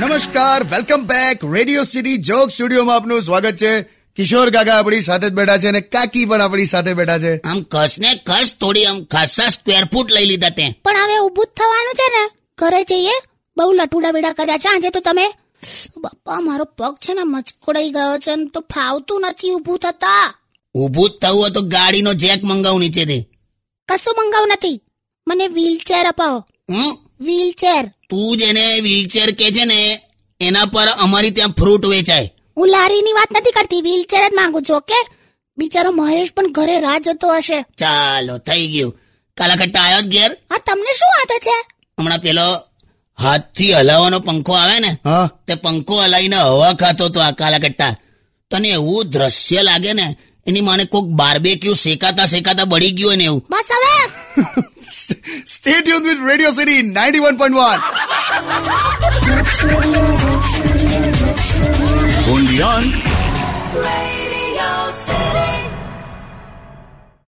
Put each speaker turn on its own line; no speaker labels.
નમસ્કાર welcome back radio city joke સ્ટુડિયોમાં આપનું સ્વાગત છે કિશોર કાકા આપણી સાથે જ બેઠા છે અને કાકી પણ આપણી સાથે બેઠા છે
આમ કસને કસ થોડી આમ ખાસા સ્ક્વેર ફૂટ લઈ લીધા તે
પણ હવે ઊભું જ થવાનું છે ને ઘરે જઈએ બહુ લટુડા બેડા કર્યા છે આજે તો તમે બાપા મારો પગ છે ને મચકોડાઈ ગયો છે ને તો ફાવતું નથી ઊભું થતા
ઊભું જ થવું હોય તો ગાડીનો જેક મંગાવું નીચેથી
કશું મંગાવ નથી મને વ્હીલચેર અપાવો
હમ
વ્હીલચેર
તું જેને વ્હીલચેર કે છે ને એના પર અમારી ત્યાં ફ્રૂટ વેચાય
હું લારીની વાત નથી કરતી વ્હીલચેર જ માંગુ છું ઓકે બિચારો મહેશ પણ ઘરે રાહ જતો હશે
ચાલો થઈ ગયું કાલાકટ્ટા આવ્યો જ ઘેર
આ તમને શું આદત છે
હમણાં પેલો હાથથી હલાવવાનો પંખો આવે ને
હા
તે પંખો હલાવીને હવા ખાતો હતો આ કાલાકટ્ટા તને એવું દ્રશ્ય લાગે ને એની મને કોક બાર્બેક્યુ શેકાતા શેકાતા બળી ગયું હોય ને એવું
બસ હવે
stay tune with radio city 91.1
Only on
Radio